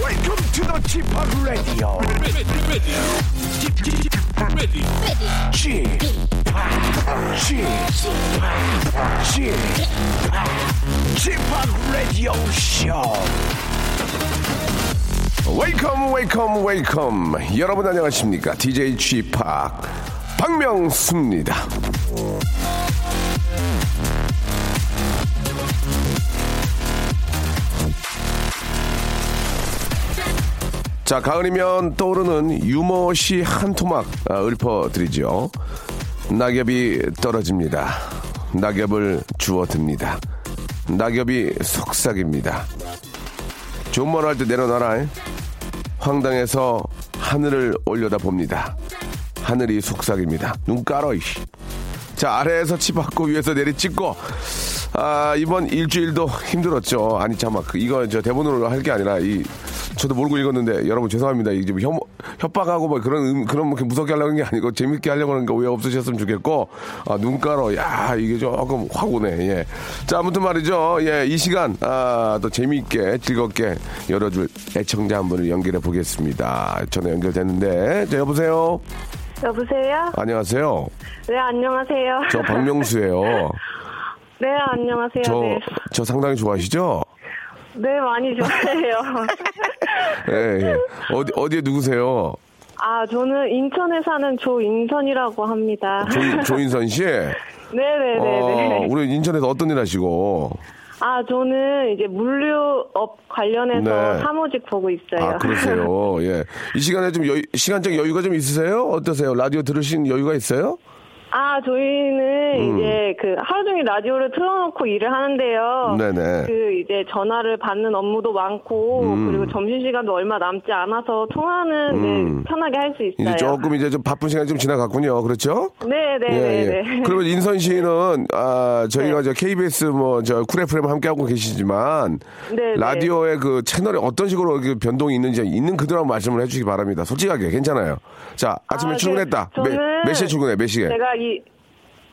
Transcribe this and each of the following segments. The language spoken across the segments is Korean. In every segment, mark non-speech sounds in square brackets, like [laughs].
Welcome to the Chip Radio. Chip Chip Chip Radio Show. Welcome, welcome, welcome. 여러분 안녕하십니까? DJ Chip 박명수입니다. 자, 가을이면 떠오르는 유머시 한 토막 아, 읊어드리죠. 낙엽이 떨어집니다. 낙엽을 주워듭니다. 낙엽이 속삭입니다. 좋은 말 할 때 내려놔라. 잉? 황당해서 하늘을 올려다 봅니다. 하늘이 속삭입니다. 눈 깔어, 이씨. 자, 아래에서 치받고 위에서 내리 찍고, 아, 이번 일주일도 힘들었죠. 아니, 잠깐만. 그, 이거 저 대본으로 할 게 아니라, 이, 저도 모르고 읽었는데, 여러분 죄송합니다. 이게 좀 혐, 협박하고 뭐 그런, 음, 그런 뭐 이렇게 무섭게 하려고 하는 게 아니고, 재밌게 하려고 하는 거 오해 없으셨으면 좋겠고, 아, 눈가로, 야, 이게 조금 확 오네. 예. 자, 아무튼 말이죠. 예, 이 시간, 아, 또 재미있게, 즐겁게 열어줄 애청자 한 분을 연결해 보겠습니다. 전화 연결됐는데, 자, 여보세요? 여보세요? 안녕하세요. 네, 안녕하세요. 저 박명수예요. [laughs] 네, 안녕하세요. 저, 네. 저 상당히 좋아하시죠? 네, 많이 [laughs] 좋아해요. 예, 예. 어디, 어디에 누구세요? 아, 저는 인천에 사는 조인선이라고 합니다. [laughs] 조, 조인선 씨? 네, 어, 네네네네. 우리 인천에서 어떤 일 하시고? 아, 저는 이제 물류업 관련해서 네. 사무직 보고 있어요. 아, 그러세요. [laughs] 예. 이 시간에 좀 여유, 시간적 여유가 좀 있으세요? 어떠세요? 라디오 들으신 여유가 있어요? 아, 저희는 음. 이제 그 하루 종일 라디오를 틀어놓고 일을 하는데요. 네네. 그 이제 전화를 받는 업무도 많고, 음. 그리고 점심시간도 얼마 남지 않아서 통화는 네, 편하게 할 수 있어요. 음. 이제 조금 이제 좀 바쁜 시간이 좀 지나갔군요. 그렇죠? 예, 네네네네. 예. [laughs] 네. 그러면 인선 씨는 아 저희가 저 KBS 뭐 저 쿨FM 함께 하고 계시지만 네, 라디오의 그 채널에 어떤 식으로 그 변동이 있는지 있는 그대로 말씀을 해주시기 바랍니다. 솔직하게 괜찮아요. 자 아침에 아, 출근했다. 네. 몇, 저는 몇 시에 출근해? 몇 시에? 제가 이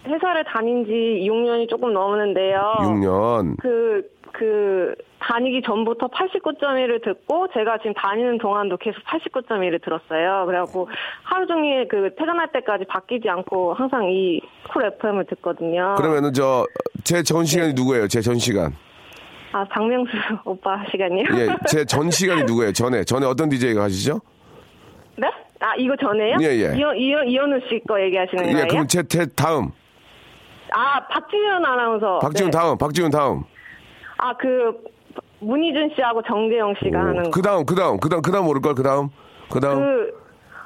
회사를 다닌 지 6년이 조금 넘었는데요. 6년. 그, 그, 다니기 전부터 89.1을 듣고, 제가 지금 다니는 동안도 계속 89.1을 들었어요. 그래갖고, 하루 종일 그, 퇴근할 때까지 바뀌지 않고, 항상 이 쿨 FM을 듣거든요. 그러면은 저 제 전 시간이 네. 누구예요? 제 전 시간. 아, 박명수 [laughs] 오빠 시간이요? 예, 제 전 시간이 누구예요? 전에 전에 어떤 DJ가 하시죠? [laughs] 네? 아, 이거 전에요? 예, 예. 이현, 이현, 이현우 씨 거 얘기하시는 예, 거예요? 그럼 제, 제 다음. 아, 박지윤 아나운서. 박지훈 네. 다음. 박지훈 다음. 아, 그, 문희준 씨하고 정재영 씨가 하는 그 다음, 그 다음, 그 다음, 그 다음 모를 걸. 그 다음, 그 다음. 그,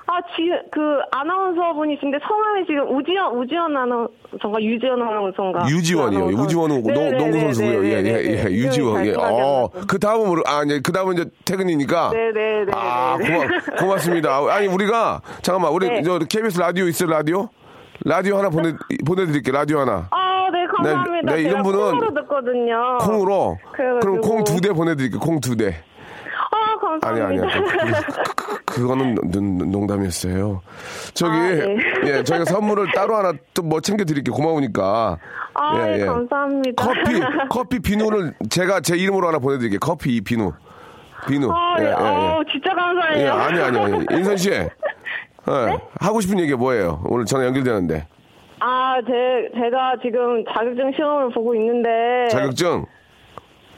아, 지금, 그, 아나운서 분이신데, 성함이 지금 우지연, 우지연 아나운서인가, 유지연 아나운서인가. 유지원이요. 아나운서인가? 어, 유지원은 농- 네네네네, 농구 선수고요. 예, 예, 네네네. 예. 유지원. 이름이 예. 잘 기억이 안 어, 나서. 그 다음은 모르, 아, 예. 그 다음은 이제 퇴근이니까. 네네네. 아, 고마, 고맙습니다. 아, 아니, 우리가, 잠깐만, 우리, 네. 저, KBS 라디오 있어요, 라디오? 라디오 하나 보내, 보내드릴게요, 라디오 하나. 아, 네, 감사합니다. 네, 네, 이런 제가 분은 콩으로 듣거든요. 콩으로. 아, 그래가지고. 그럼 콩 두 대 보내드릴게요, 콩 두 대. 아, 아니, 아니야. 감사합니다. 그, 그, 그, 그거는 농- 농- 농담이었어요. 저기, 아, 네. 예, 저희가 선물을 따로 하나 또 뭐 챙겨드릴게요. 고마우니까. [laughs] 아, 예, 네, 예. 감사합니다. [laughs] 커피 커피 비누를 제가 제 이름으로 하나 보내드릴게요. 커피 이 비누 비누. 아, 네. 아, 진짜 예. 감사해요. 네? 아니 아니 아니 인선 씨. 예. 하고 싶은 얘기 가 뭐예요? 오늘 전화 연결되는데 아, 제, 제가 지금 자격증 시험을 보고 있는데. 자격증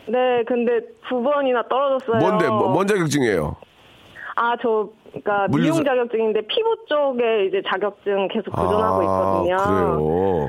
네, 근데 두 번이나 떨어졌어요. 뭔데 뭐- 뭔 자격증이에요? 아, 저, 그니까, 물리사- 미용 자격증인데, 피부 쪽에 이제 자격증 계속 도전하고 있거든요. 아, 그래요.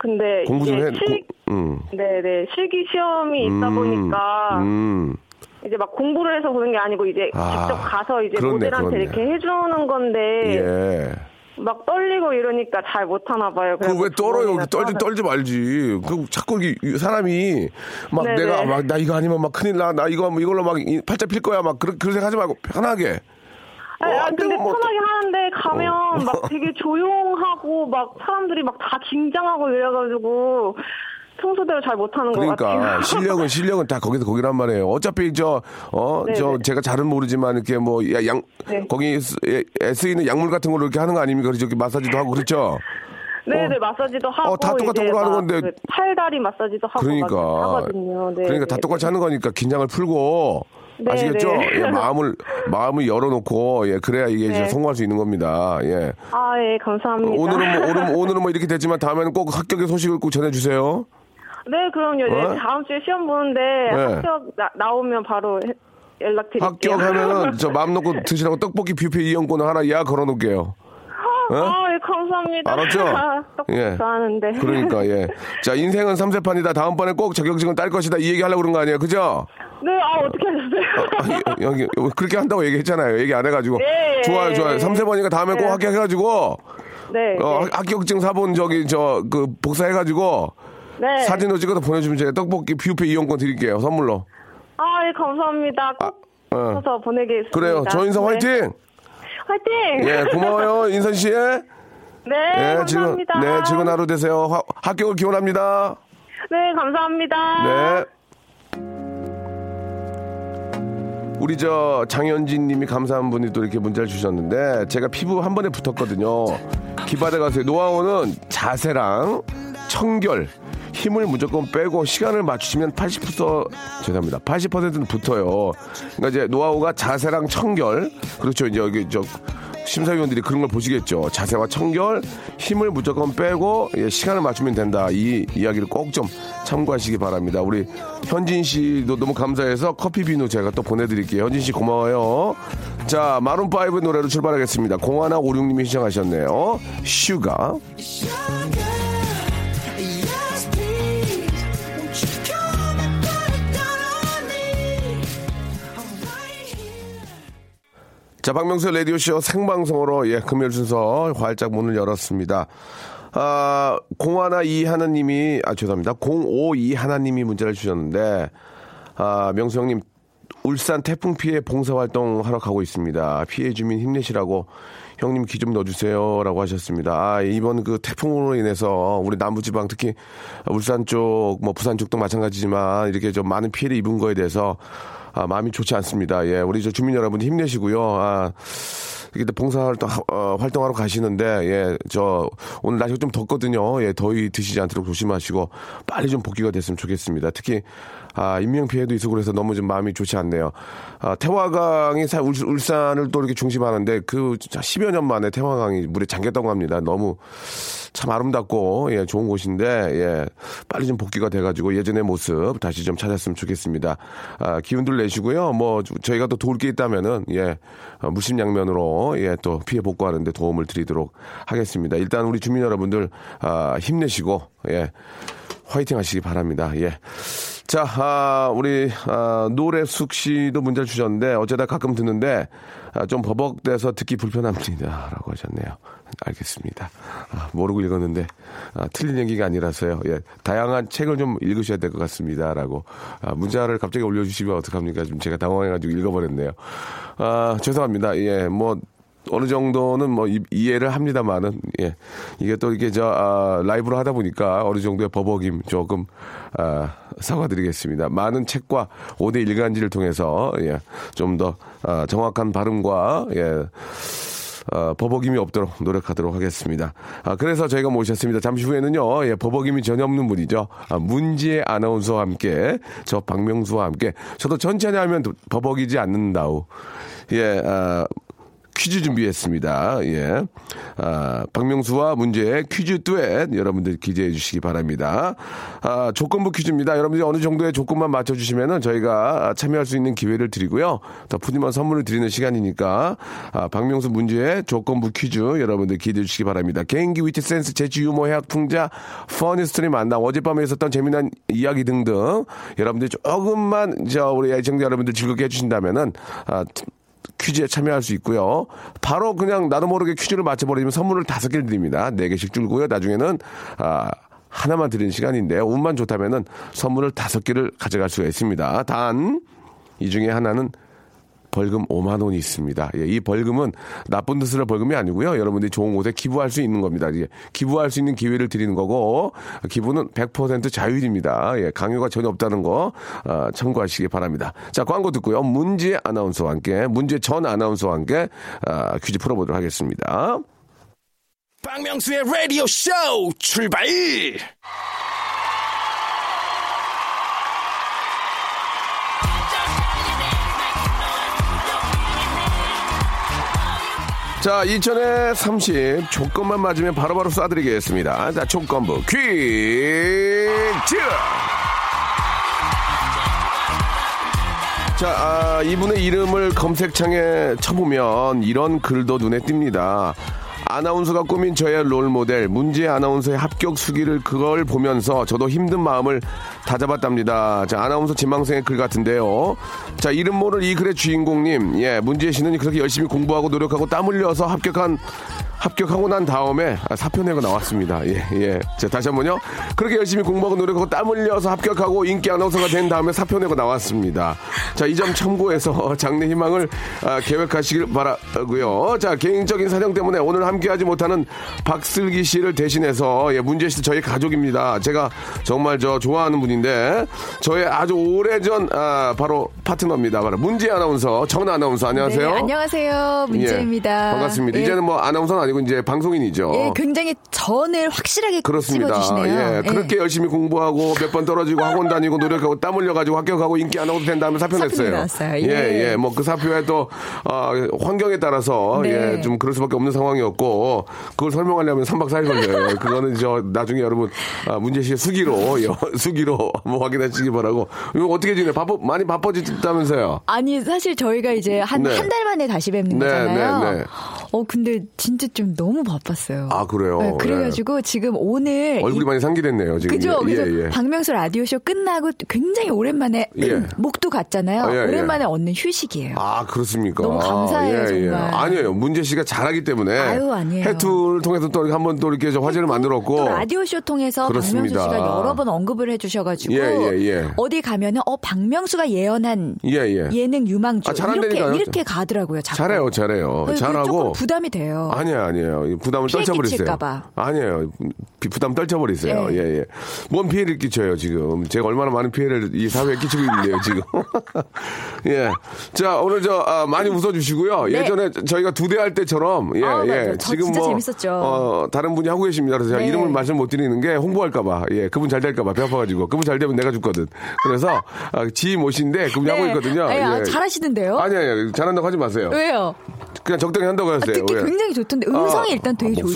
근데, 공부 좀 이제 해. 실, 공- 음. 네네, 실기 시험이 있다 보니까, 음. 이제 막 공부를 해서 보는 게 아니고, 이제 아, 직접 가서 이제 그렇네, 모델한테 그렇네. 이렇게 해주는 건데, 예. 막 떨리고 이러니까 잘 못하나 봐요. 그 왜 그래서 떨어요? 주머니나 떨지, 떨어서- 떨지 말지. 그 자꾸 이- 이 사람이 막 네네. 내가 막 나 이거 아니면 막 큰일 나. 나 이거 하면 이걸로 막 이- 팔자 필 거야. 막 그런, 그런 생각하지 말고 편하게. 아니, 어, 아, 안 근데 되면 뭐 어. 편하게 하는데 가면 [laughs] 막 되게 조용하고 막 사람들이 막 다 긴장하고 이래가지고 평소대로 잘 못하는 것 그러니까 같아요. [laughs] 실력은 실력은 다 거기서 거기란 말이에요. 어차피 저 어 저 네네. 제가 잘은 모르지만 이렇게 뭐 양 네. 거기 쓰- 에- 애쓰이는 약물 같은 걸로 이렇게 하는 거 아닙니까? 그래서 저기 마사지도 하고 그렇죠. 네네 마사지도 하고 어, 다 똑같은 이제 걸로 하는 막 건데. 그 팔다리 마사지도 하고 그러니까 막 하거든요. 네. 그러니까 다 똑같이 하는 거니까 긴장을 풀고 네, 아시겠죠? 네. 예, 마음을 마음을 열어놓고 예 그래야 이게 이제 네. 성공할 수 있는 겁니다. 예. 아예 감사합니다. 오늘은 뭐, 오늘은 오늘은 뭐 이렇게 됐지만 다음에는 꼭 합격의 소식을 꼭 전해주세요. [laughs] 네 그럼요. 어? 네. 네, 다음 주에 시험 보는데 합격 나, 나오면 바로 해- 연락드릴게요. [laughs] 합격하면은 저 마음 놓고 드시라고 떡볶이 뷔페 이용권을 하나 예약 걸어놓을게요. 어? 아예 감사합니다. [laughs] 알았죠? 예. 예. 좋아하는데. 그러니까 예. 자 인생은 삼세판이다. 다음번에 꼭 자격증을 딸 것이다. 이 얘기 하려고 그런 거 아니에요? 그죠? [laughs] 네, 아 어떻게 하셨어요? 아니, 여기 그렇게 한다고 얘기했잖아요. 얘기 안 해가지고. 예, 예, 좋아요, 예. 좋아요. 삼세번이니까 다음에 꼭 네. 합격해가지고 [laughs] 네. 어, 네. 합격증 사본 저기 저 그 복사해가지고 네. 사진으로 찍어서 보내주면 제가 떡볶이 뷔페 이용권 드릴게요. 선물로. 아, 예, 감사합니다. 꼭 아, 어. 써서 보내겠습니다. 그래요. 저인성 네. 화이팅. 화이팅! 예, 고마워요, 인선 씨. [laughs] 네, 예, 즐거, 감사합니다. 네, 즐거운 하루 되세요. 화- 합격을 기원합니다. 네, 감사합니다. 네. 우리 저 장현진 님이 감사한 분이 또 이렇게 문자를 주셨는데 제가 피부 한 번에 붙었거든요. 기바다 가수의 노하우는 자세랑 청결, 힘을 무조건 빼고 시간을 맞추시면 80% 죄송합니다. 80%는 붙어요. 그러니까 이제 노하우가 자세랑 청결 그렇죠. 이제 여기 저 심사위원들이 그런 걸 보시겠죠. 자세와 청결, 힘을 무조건 빼고 예, 시간을 맞추면 된다. 이 이야기를 꼭 좀 참고하시기 바랍니다. 우리 현진 씨도 너무 감사해서 커피 비누 제가 또 보내드릴게요. 현진 씨 고마워요. 자 마룬 5 노래로 출발하겠습니다. 공하나 56님이 시청하셨네요. 슈가. Yes, please. Won't you come and put it down on me? I'm right here. 자, 박명수 라디오 쇼 생방송으로 예 금요일 순서 활짝 문을 열었습니다. 아, 공하나 이 하나님이 아 죄송합니다. 공오이 하나님이 문자를 주셨는데 아 명수 형님 울산 태풍 피해 봉사활동 하러 가고 있습니다. 피해 주민 힘내시라고 형님 기 좀 넣어주세요라고 하셨습니다. 아 이번 그 태풍으로 인해서 우리 남부지방 특히 울산 쪽 뭐 부산 쪽도 마찬가지지만 이렇게 좀 많은 피해를 입은 거에 대해서 아, 마음이 좋지 않습니다. 예, 우리 저 주민 여러분 힘내시고요. 아, 이렇게 봉사활동 하- 어, 활동하러 가시는데 예저 오늘 날씨가 좀 덥거든요. 예 더위 드시지 않도록 조심하시고 빨리 좀 복귀가 됐으면 좋겠습니다. 특히 아 인명 피해도 있고 그래서 너무 좀 마음이 좋지 않네요. 아 태화강이 사- 울- 울산을 또 이렇게 중심하는데 그 진짜 10여 년 만에 태화강이 물에 잠겼다고 합니다. 너무 참 아름답고 예 좋은 곳인데 예 빨리 좀 복귀가 돼가지고 예전의 모습 다시 좀 찾았으면 좋겠습니다. 아, 기운들 내시고요. 뭐 저- 저희가 또 도울 게 있다면은 예 어, 무심양면으로 예 또 피해 복구하는데 도움을 드리도록 하겠습니다. 일단 우리 주민 여러분들 아, 힘내시고 예 화이팅 하시기 바랍니다. 예. 자, 아, 우리, 아, 노래숙 씨도 문자를 주셨는데, 어쩌다 가끔 듣는데, 아, 좀 버벅대서 듣기 불편합니다. 라고 하셨네요. 알겠습니다. 아, 모르고 읽었는데, 아, 틀린 얘기가 아니라서요. 예, 다양한 책을 좀 읽으셔야 될 것 같습니다. 라고. 아, 문자를 갑자기 올려주시면 어떡합니까? 지금 제가 당황해가지고 읽어버렸네요. 아, 죄송합니다. 예, 뭐, 어느 정도는 뭐 이, 해를 합니다만은 예 이게 또 이게 저 아, 라이브로 하다 보니까 어느 정도의 버벅임 조금 아, 사과드리겠습니다. 많은 책과 5대 일간지를 통해서 예좀더 아, 정확한 발음과 예 어, 버벅임이 없도록 노력하도록 하겠습니다. 아, 그래서 저희가 모셨습니다. 잠시 후에는요, 예, 버벅임이 전혀 없는 분이죠. 아, 문지혜 아나운서와 함께, 저 박명수와 함께, 저도 천천히 하면 도- 버벅이지 않는다우. 예, 아, 퀴즈 준비했습니다. 예. 아, 박명수와 문제의 퀴즈 듀엣 여러분들 기대해 주시기 바랍니다. 아, 조건부 퀴즈입니다. 여러분들이 어느 정도의 조건만 맞춰주시면은 저희가 참여할 수 있는 기회를 드리고요. 더 푸짐한 선물을 드리는 시간이니까, 아, 박명수 문제의 조건부 퀴즈 여러분들 기대해 주시기 바랍니다. 개인기 위트 센스 재치 유머 해학 풍자 퍼니스토리 만남 어젯밤에 있었던 재미난 이야기 등등 여러분들이 조금만 저 우리 애청자 여러분들 즐겁게 해주신다면은 아, 퀴즈에 참여할 수 있고요. 바로 그냥 나도 모르게 퀴즈를 맞춰버리면 선물을 다섯 개를 드립니다. 네 개씩 줄고요. 나중에는 아, 하나만 드리는 시간인데 운만 좋다면은 선물을 다섯 개를 가져갈 수가 있습니다. 단 이 중에 하나는 벌금 5만 원이 있습니다. 예, 이 벌금은 나쁜 뜻으로 벌금이 아니고요. 여러분들이 좋은 곳에 기부할 수 있는 겁니다. 예, 기부할 수 있는 기회를 드리는 거고 기부는 100% 자율입니다. 예, 강요가 전혀 없다는 거 아, 참고하시기 바랍니다. 자 광고 듣고요. 문제 아나운서와 함께 문제 전 아나운서와 함께 아, 퀴즈 풀어보도록 하겠습니다. 박명수의 라디오 쇼 출발! 자, 2000에 30 조건만 맞으면 바로바로 쏴드리겠습니다. 자, 조건부 퀴즈! 자, 아, 이분의 이름을 검색창에 쳐보면 이런 글도 눈에 띕니다. 아나운서가 꾸민 저의 롤모델, 문제 아나운서의 합격 수기를 그걸 보면서 저도 힘든 마음을 다잡았답니다. 자, 아나운서 지망생의 글 같은데요. 자, 이름 모를 이 글의 주인공님, 예, 문제 씨는 그렇게 열심히 공부하고 노력하고 땀 흘려서 합격한 합격하고 난 다음에 아, 사표 내고 나왔습니다. 예, 예. 자, 다시 한 번요. 그렇게 열심히 공부하고 노력하고 땀 흘려서 합격하고 인기 아나운서가 된 다음에 사표 내고 나왔습니다. 자, 이 점 참고해서 [laughs] 장래 희망을 아, 계획하시길 바라고요. 자, 개인적인 사정 때문에 오늘 함께하지 못하는 박슬기 씨를 대신해서 예, 문제 씨 저희 가족입니다. 제가 정말 저 좋아하는 분인데 저의 아주 오래전 아, 바로 파트너입니다. 바로 문제 아나운서, 정 아나운서 안녕하세요. 네, 안녕하세요. 문재입니다. 예, 반갑습니다. 예, 이제는 뭐 아나운서는 아니고 이제 방송인이죠. 예, 굉장히 전을 확실하게 그렇습니다. 씹어주시네요. 예, 그렇게 열심히 공부하고 몇 번 떨어지고 학원 다니고 노력하고 땀 흘려가지고 합격하고 인기 안 하고도 된다면 사표 사표 냈어요. 내놨어요. 예, 예. 예. 뭐 그 사표에 또 아, 환경에 따라서 네. 예, 좀 그럴 수밖에 없는 상황이었고 그걸 설명하려면 3박 4일 걸려요. 그거는 저 나중에 여러분 아, 문제 씨의 수기로 여- 수기로 한번 확인하시기 바라고. 이거 어떻게 지내? 바빠 많이 바빠졌다면서요. 아니 사실 저희가 이제 한 한 네. 달 만에 다시 뵙는 네, 거잖아요. 네, 네. 어 근데 진짜 좀 너무 바빴어요. 아, 그래요? 예. 네, 그래가지고 지금 오늘 얼굴이 이- 많이 상기됐네요 지금. 그죠? 예, 그래서 예, 예. 박명수 라디오 쇼 끝나고 굉장히 오랜만에 음, 예. 목도 갔잖아요. 아, 예, 예. 오랜만에 얻는 휴식이에요. 아 그렇습니까? 너무 감사해요, 아, 정말. 아니에요. 문제 씨가 잘하기 때문에 아유, 아니에요. 해투를 통해서 또 한번 또 이렇게 저 화제를 만들었고 또 라디오 쇼 통해서 어. 그렇습니다. 박명수 씨가 여러 번 언급을 해주셔가지고 예, 예, 예. 어디 가면은 어 박명수가 예언한 예예 예능 유망주 아, 이렇게 잘한다니까요. 이렇게 가더라고요. 자꾸. 네, 잘해요, 잘해요, 그래서 잘하고 조금 부담이 돼요. 아니에요, 아니에요. 이 부담을 어. 피해 떨쳐버리세요. 끼칠까 봐. 아니에요. 비- 부담 떨쳐버리세요. 예, 예. 예. 뭔 피해를 끼쳐요, 지금. 제가 얼마나 많은 피해를 이 사회에 끼치고 있는데요, 지금. [laughs] 예. 자, 오늘 저, 아, 많이 웃어주시고요. 네. 예전에 저희가 두 대 할 때처럼, 예, 아, 맞아요. 예. 저 진짜 재밌었죠. 어, 다른 분이 하고 계십니다. 그래서 제가 네. 이름을 말씀 못 드리는 게 홍보할까봐. 예, 그분 잘 될까봐. 배 아파가지고. 그분 잘 되면 내가 죽거든. 그래서, 아, 지인 옷인데 그분이 하고 있거든요. 예, 아, 예. 잘하시는데요. 아니, 아니, 잘한다고 하지 마세요. 왜요? 그냥 적당히 한다고 아, 하세요. 예. 듣기 왜? 굉장히 좋던데 음성이 아, 일단 되게 아, 목소리가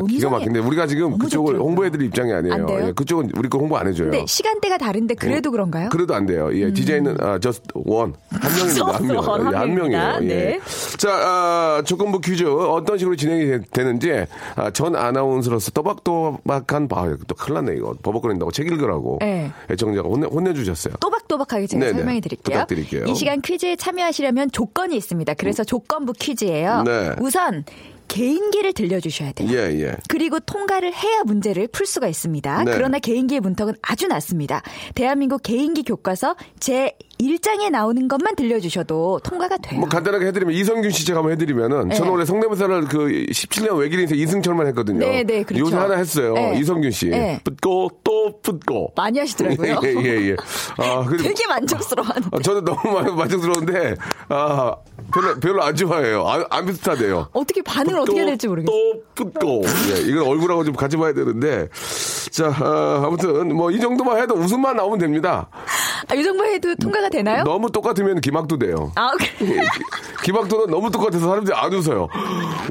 좋으시더라고요. 기가 음성이- 막힌데 우리가 지금 너무 그쪽을 좋더라고요. 홍보해드릴 입장이 안 아니에요. 돼요? 예, 그쪽은 우리 거 홍보 안 해줘요. 근데 시간대가 다른데 예. 그래도 그런가요? 그래도 안 돼요. 예, DJ는 아, just one 한 [laughs] 명입니다. 한 명, 음. Just one, 예, 한 한 명이에요. 명입니다. 예. 네. 자, 아, 조건부 퀴즈 어떤 식으로 진행이 되, 는지 아, 전 아나운서로서 또박또박한 바, 또 큰일났네 이거 버벅거린다고 책 읽으라고 예. 애청자가 혼내 혼내주셨어요. 또박또박하게 제가 네네. 설명해 드릴게요. 부탁드릴게요. 음. 이 시간 퀴즈에 참여하시려면 조건이 있습니다. 그래서 조건부 퀴즈예요. 네. 우선 개인기를 들려주셔야 돼요. 예, 예. 그리고 통과를 해야 문제를 풀 수가 있습니다. 네. 그러나 개인기의 문턱은 아주 낮습니다. 대한민국 개인기 교과서 제 1장에 나오는 것만 들려주셔도 통과가 돼요. 뭐 간단하게 해드리면 이성균 씨 제가 한번 해드리면은 저는 네. 원래 성대모사를 그 17년 외길 인생 이승철만 했거든요. 네, 네, 그렇죠. 요새 하나 했어요. 네. 이성균 씨. 네. 붙고 또 붙고. 많이 하시더라고요. [laughs] 예, 예, 예. 아, 그리고 되게 만족스러워하는데. 아, 저는 너무 많이 만족스러운데 아 별로 별로 안 좋아해요. 안, 안 비슷하대요. 어떻게 반응을 어떻게 해야 될지 모르겠어요. 또 붙고. 예, 이건 얼굴하고 좀 같이 봐야 되는데 자 아, 아무튼 뭐 이 정도만 해도 웃음만 나오면 됩니다. 아, 이 정도 해도 통과가 되나요? 너무 똑같으면 기막도 돼요. 아, 그래. [laughs] 기막도는 너무 똑같아서 사람들이 안 웃어요.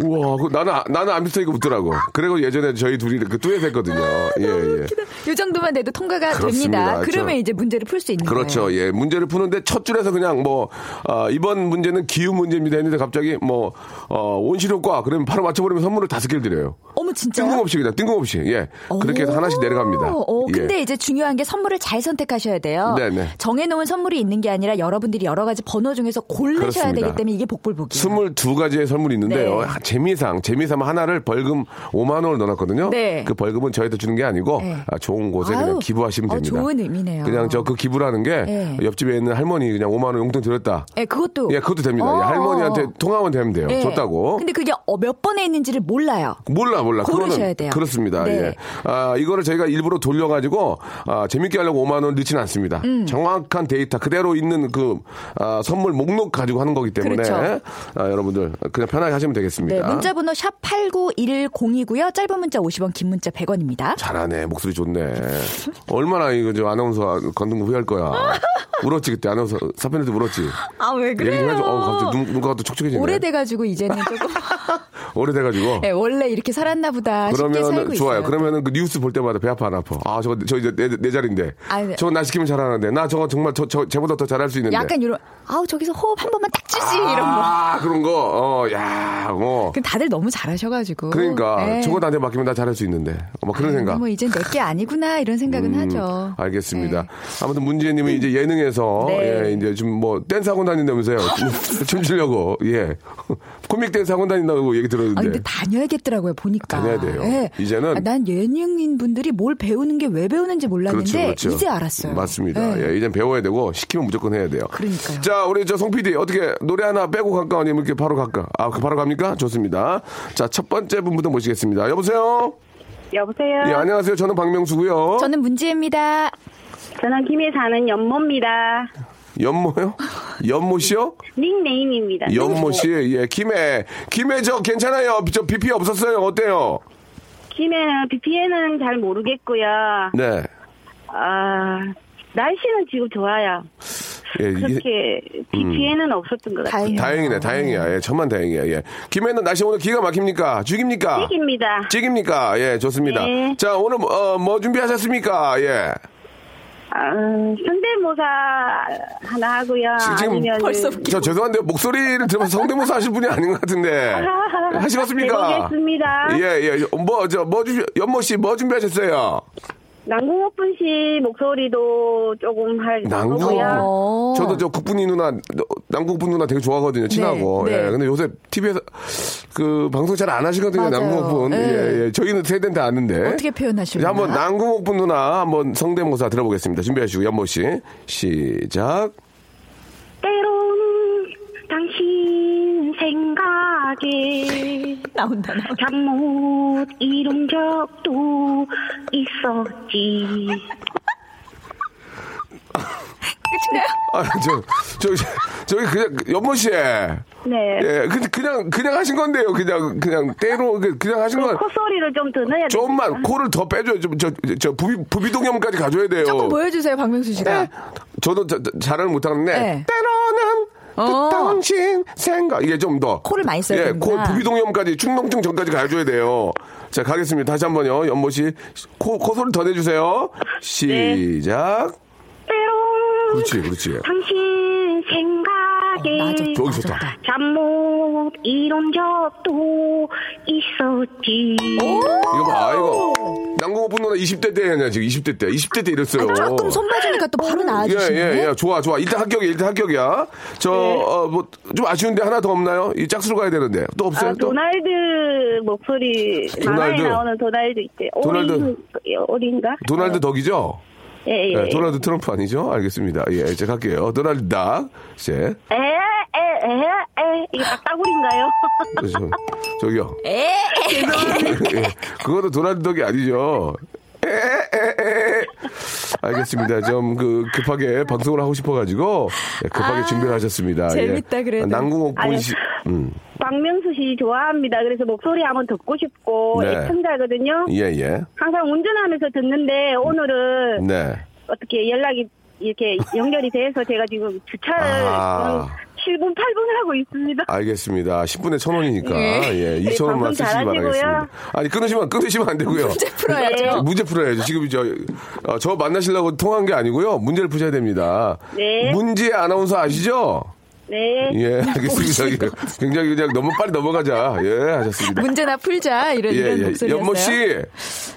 우와, 그 나는, 아- 나는 안 비슷하니까 웃더라고. 그리고 예전에 저희 둘이 그 듀엣 했거든요. 아, 예, 예. 이 정도만 돼도 통과가 그렇습니다. 됩니다. 그러면 저- 이제 문제를 풀 수 있는 거예요. 그렇죠. 예. 문제를 푸는데 첫 줄에서 그냥 뭐, 아, 이번 문제는 기후 문제입니다 했는데 갑자기 뭐, 어, 온실효과. 그러면 바로 맞춰버리면 선물을 다섯 개를 드려요. 어머 진짜. 뜬금없이 그냥, 뜬금없이. 예. 그렇게 해서 하나씩 내려갑니다. 오, 예. 근데 이제 중요한 게 선물을 잘 선택하셔야 돼요. 네, 네. 정해놓은 선물이 있는 게 아니라 여러분들이 여러 가지 번호 중에서 고르셔야 그렇습니다. 되기 때문에 이게 복불복이에요. 22가지의 선물이 있는데요. 네. 아, 재미상, 재미삼 하나를 벌금 5만 원을 넣어놨거든요. 네. 그 벌금은 저희한테 주는 게 아니고 네. 아, 좋은 곳에 그냥 아유, 기부하시면 어, 됩니다. 좋은 의미네요. 그냥 저 그 기부라는 게 네. 옆집에 있는 할머니 그냥 5만 원 용돈 드렸다. 예, 그것도. 예, 그것도 됩니다. 어, 예, 할머니한테 어. 통화만 되면 돼요. 예. 줬다고. 근데 그게 어, 몇 번에 있는지를 몰라요. 몰라 몰라 고르셔야 그거는 돼요. 그렇습니다 네. 예. 아 이거를 저희가 일부러 돌려가지고 아 재밌게 하려고 5만 원 넣지는 않습니다 음. 정확한 데이터 그대로 있는 그 아, 선물 목록 가지고 하는 거기 때문에 그렇죠. 아, 여러분들 그냥 편하게 하시면 네, 되겠습니다 문자번호 샵 8910이고요. 짧은 문자 50원, 긴 문자 100원입니다. 잘하네 목소리 좋네 얼마나 이거 저 아나운서 건든 거 후회할 거야 울었지 그때 아나운서 사편에도 울었지 아, 왜 얘기 좀 그래요? 해줘 어 갑자기 눈, 눈가가 또 촉촉해지네 오래돼가지고 이제는 [laughs] 조금. 오래돼가지고 네, 원래 이렇게 살았나 보다 쉽게 살고 그러면 좋아요. 있어요. 그러면은 그 뉴스 볼 때마다 배 아파 안 아파. 아 저거 저 이제 내, 내 자리인데. 아, 네. 저거 나 시키면 잘하는데. 나 저거 정말 저, 저 쟤보다 더 잘할 수 있는데. 약간 이런 아우 저기서 호흡 한 번만 딱 주지 이런 거. 네. 아 그런 거. 어, 야, 뭐. 근데 다들 너무 잘하셔가지고. 그러니까 네. 저거 나한테 맡기면 나 잘할 수 있는데. 막 그런 생각. 뭐 이젠 내게 아니구나 이런 생각은 음. 하죠. 아, 알겠습니다. 네. 아무튼 문지혜님은 이제 예능에서 네. 예, 이제 좀 뭐 댄스 [laughs] 학원 다닌다면서요. 춤추려고 예 [laughs] 코믹 댄스 학원 다닌다고 얘기 들었는데. 아 근데 다녀야겠더라고요 보니까. 네. 다녀야 돼요. 이제는- 아, 난 예능인 분들이 뭘 배우는 게 왜 배우는지 몰랐는데 이제 알았어요. 그렇죠, 맞습니다. 네. 예, 이젠 배워야 되고 시키면 무조건 해야 돼요. 그러니까요. 자, 우리 저송 PD 어떻게 노래 하나 빼고 갈까 아니면 이렇게 바로 갈까? 아, 그 바로 갑니까? 좋습니다. 자, 첫 번째 분부터 모시겠습니다. 여보세요. 여보세요. 예, 안녕하세요. 저는 박명수고요. 저는 문지혜입니다. 저는 김해 사는 연모입니다. 연모요? 연모 씨요? 닉네임입니다. 연모 씨. 예, 김해. 김해 저 괜찮아요. 저 BP 없었어요. 어때요? 김해는 BPN은 잘 모르겠고요. 네. 아 날씨는 지금 좋아요. 예, 이- 그렇게 음. BPN은 없었던 것 같아요. 다행이네요. 다행이네. 다행이야. 예, 천만 다행이야. 예. 김해는 날씨 오늘 기가 막힙니까? 죽입니까? 찌깁니다. 찍입니까? 예, 좋습니다. 네. 자, 오늘 어, 뭐 준비하셨습니까? 예. 아, 성대모사 하나 하고요. 지- 지금 아니면 벌써 예. 저 죄송한데 목소리를 들으면 성대모사 하실 분이 아닌 것 [laughs] 같은데 하시겠습니까? 해보겠습니다. 예, 예. 뭐 저 뭐 주 연모 씨 뭐 준비하셨어요? 남궁옥분 씨 목소리도 조금 할 남궁. 거고요. 어. 저도 저 국분이 누나 남국분 누나 되게 좋아하거든요. 친하고. 네, 네. 예. 근데 요새 TV에서 그 방송 잘 안 하시거든요. 맞아요. 남국분. 네. 예, 예. 저희는 세대는 다 아는데. 어떻게 표현하시려나? 한번 남궁옥분 누나 한번 성대모사 들어보겠습니다. 준비하시고 연모 씨 시작. 때론 당신 생각에 [laughs] 나온다 나온다. 잠 못 이룬 적도 있었지. 아, 저, 저, 저, 저기 그냥 연모 씨. 네. 예, 근데 그냥 그냥 하신 건데요. 그냥 그냥 때로 그- 그냥 하신 건 콧소리를 좀 드는 좀만 코를 더 빼줘요. 좀저저 부비 부비동염까지 가줘야 돼요. 조금 보여주세요 박명수 씨가. 네. 저도 저, 저, 잘은 못하는데 네. 때로는 어. 그 당신 생각 이게 좀 더 코를 많이 써야 예, 코 되는구나. 부비동염까지 충농증 전까지 가줘야 돼요. 자 가겠습니다. 다시 한번요. 연모 씨코 코소리 더 내주세요. 시작. 때론 그렇지 그렇지. 당신 생각에 어, 나아졌다. 네. 저기 좋다. 잠 못 이룬 적도 있었지. 이거 봐, 이거. 양궁오픈 누나 20대 때 했냐, 지금 20대 때. 20대 때 이랬어요. 아, 조금 손 봐주니까 또 바로 예, 나아지시네. 예, 예. 좋아, 좋아. 일단 합격이야, 일단 합격이야. 저, 네. 어, 뭐, 좀 아쉬운데 하나 더 없나요? 이 짝수로 가야 되는데. 또 없어요? 아, 또? 도날드 목소리 만화에 도날드. 나오는 도날드 있대. 도날드. 어린 어린가? 네. 도날드 덕이죠? 예, 예. 예, 도날드 트럼프 아니죠? 알겠습니다. 예, 제가 할게요. 도날드 덕. 이제. 에에에에 이게 다 따구리인가요? [laughs] 저, 저기요. 예, 그거는 도날드 덕이 아니죠. 에, 에, 에, 에. 알겠습니다. 좀 그 급하게 방송을 하고 싶어가지고 예, 급하게 준비를 하셨습니다. 예. 재밌다 그래도. 난궁옥 아니. 본시. 음. 박명수 씨 좋아합니다. 그래서 목소리 한번 듣고 싶고 네. 애청자거든요. 예, 예. 항상 운전하면서 듣는데 오늘은 네. 어떻게 연락이 이렇게 연결이 돼서 제가 지금 주차를 아. 한 7분, 8분을 하고 있습니다. 알겠습니다. 10분에 천 원이니까 예, 네. 2천 원만 방송 쓰시기 잘하시고요. 바라겠습니다. 아니 끊으시면 끊으시면 안 되고요. 문제 풀어야죠. 문제 풀어야죠. 지금 저, 어, 저 만나시려고 통화한 게 아니고요. 문제를 푸셔야 됩니다. 네. 문제 아나운서 아시죠? 네. 예, 알겠습니다. 예. 굉장히 그냥 너무 빨리 넘어가자. 예, 하셨습니다. 문제나 풀자 네, 이런 이런 예, 예. 목소리였어요. 연모 씨,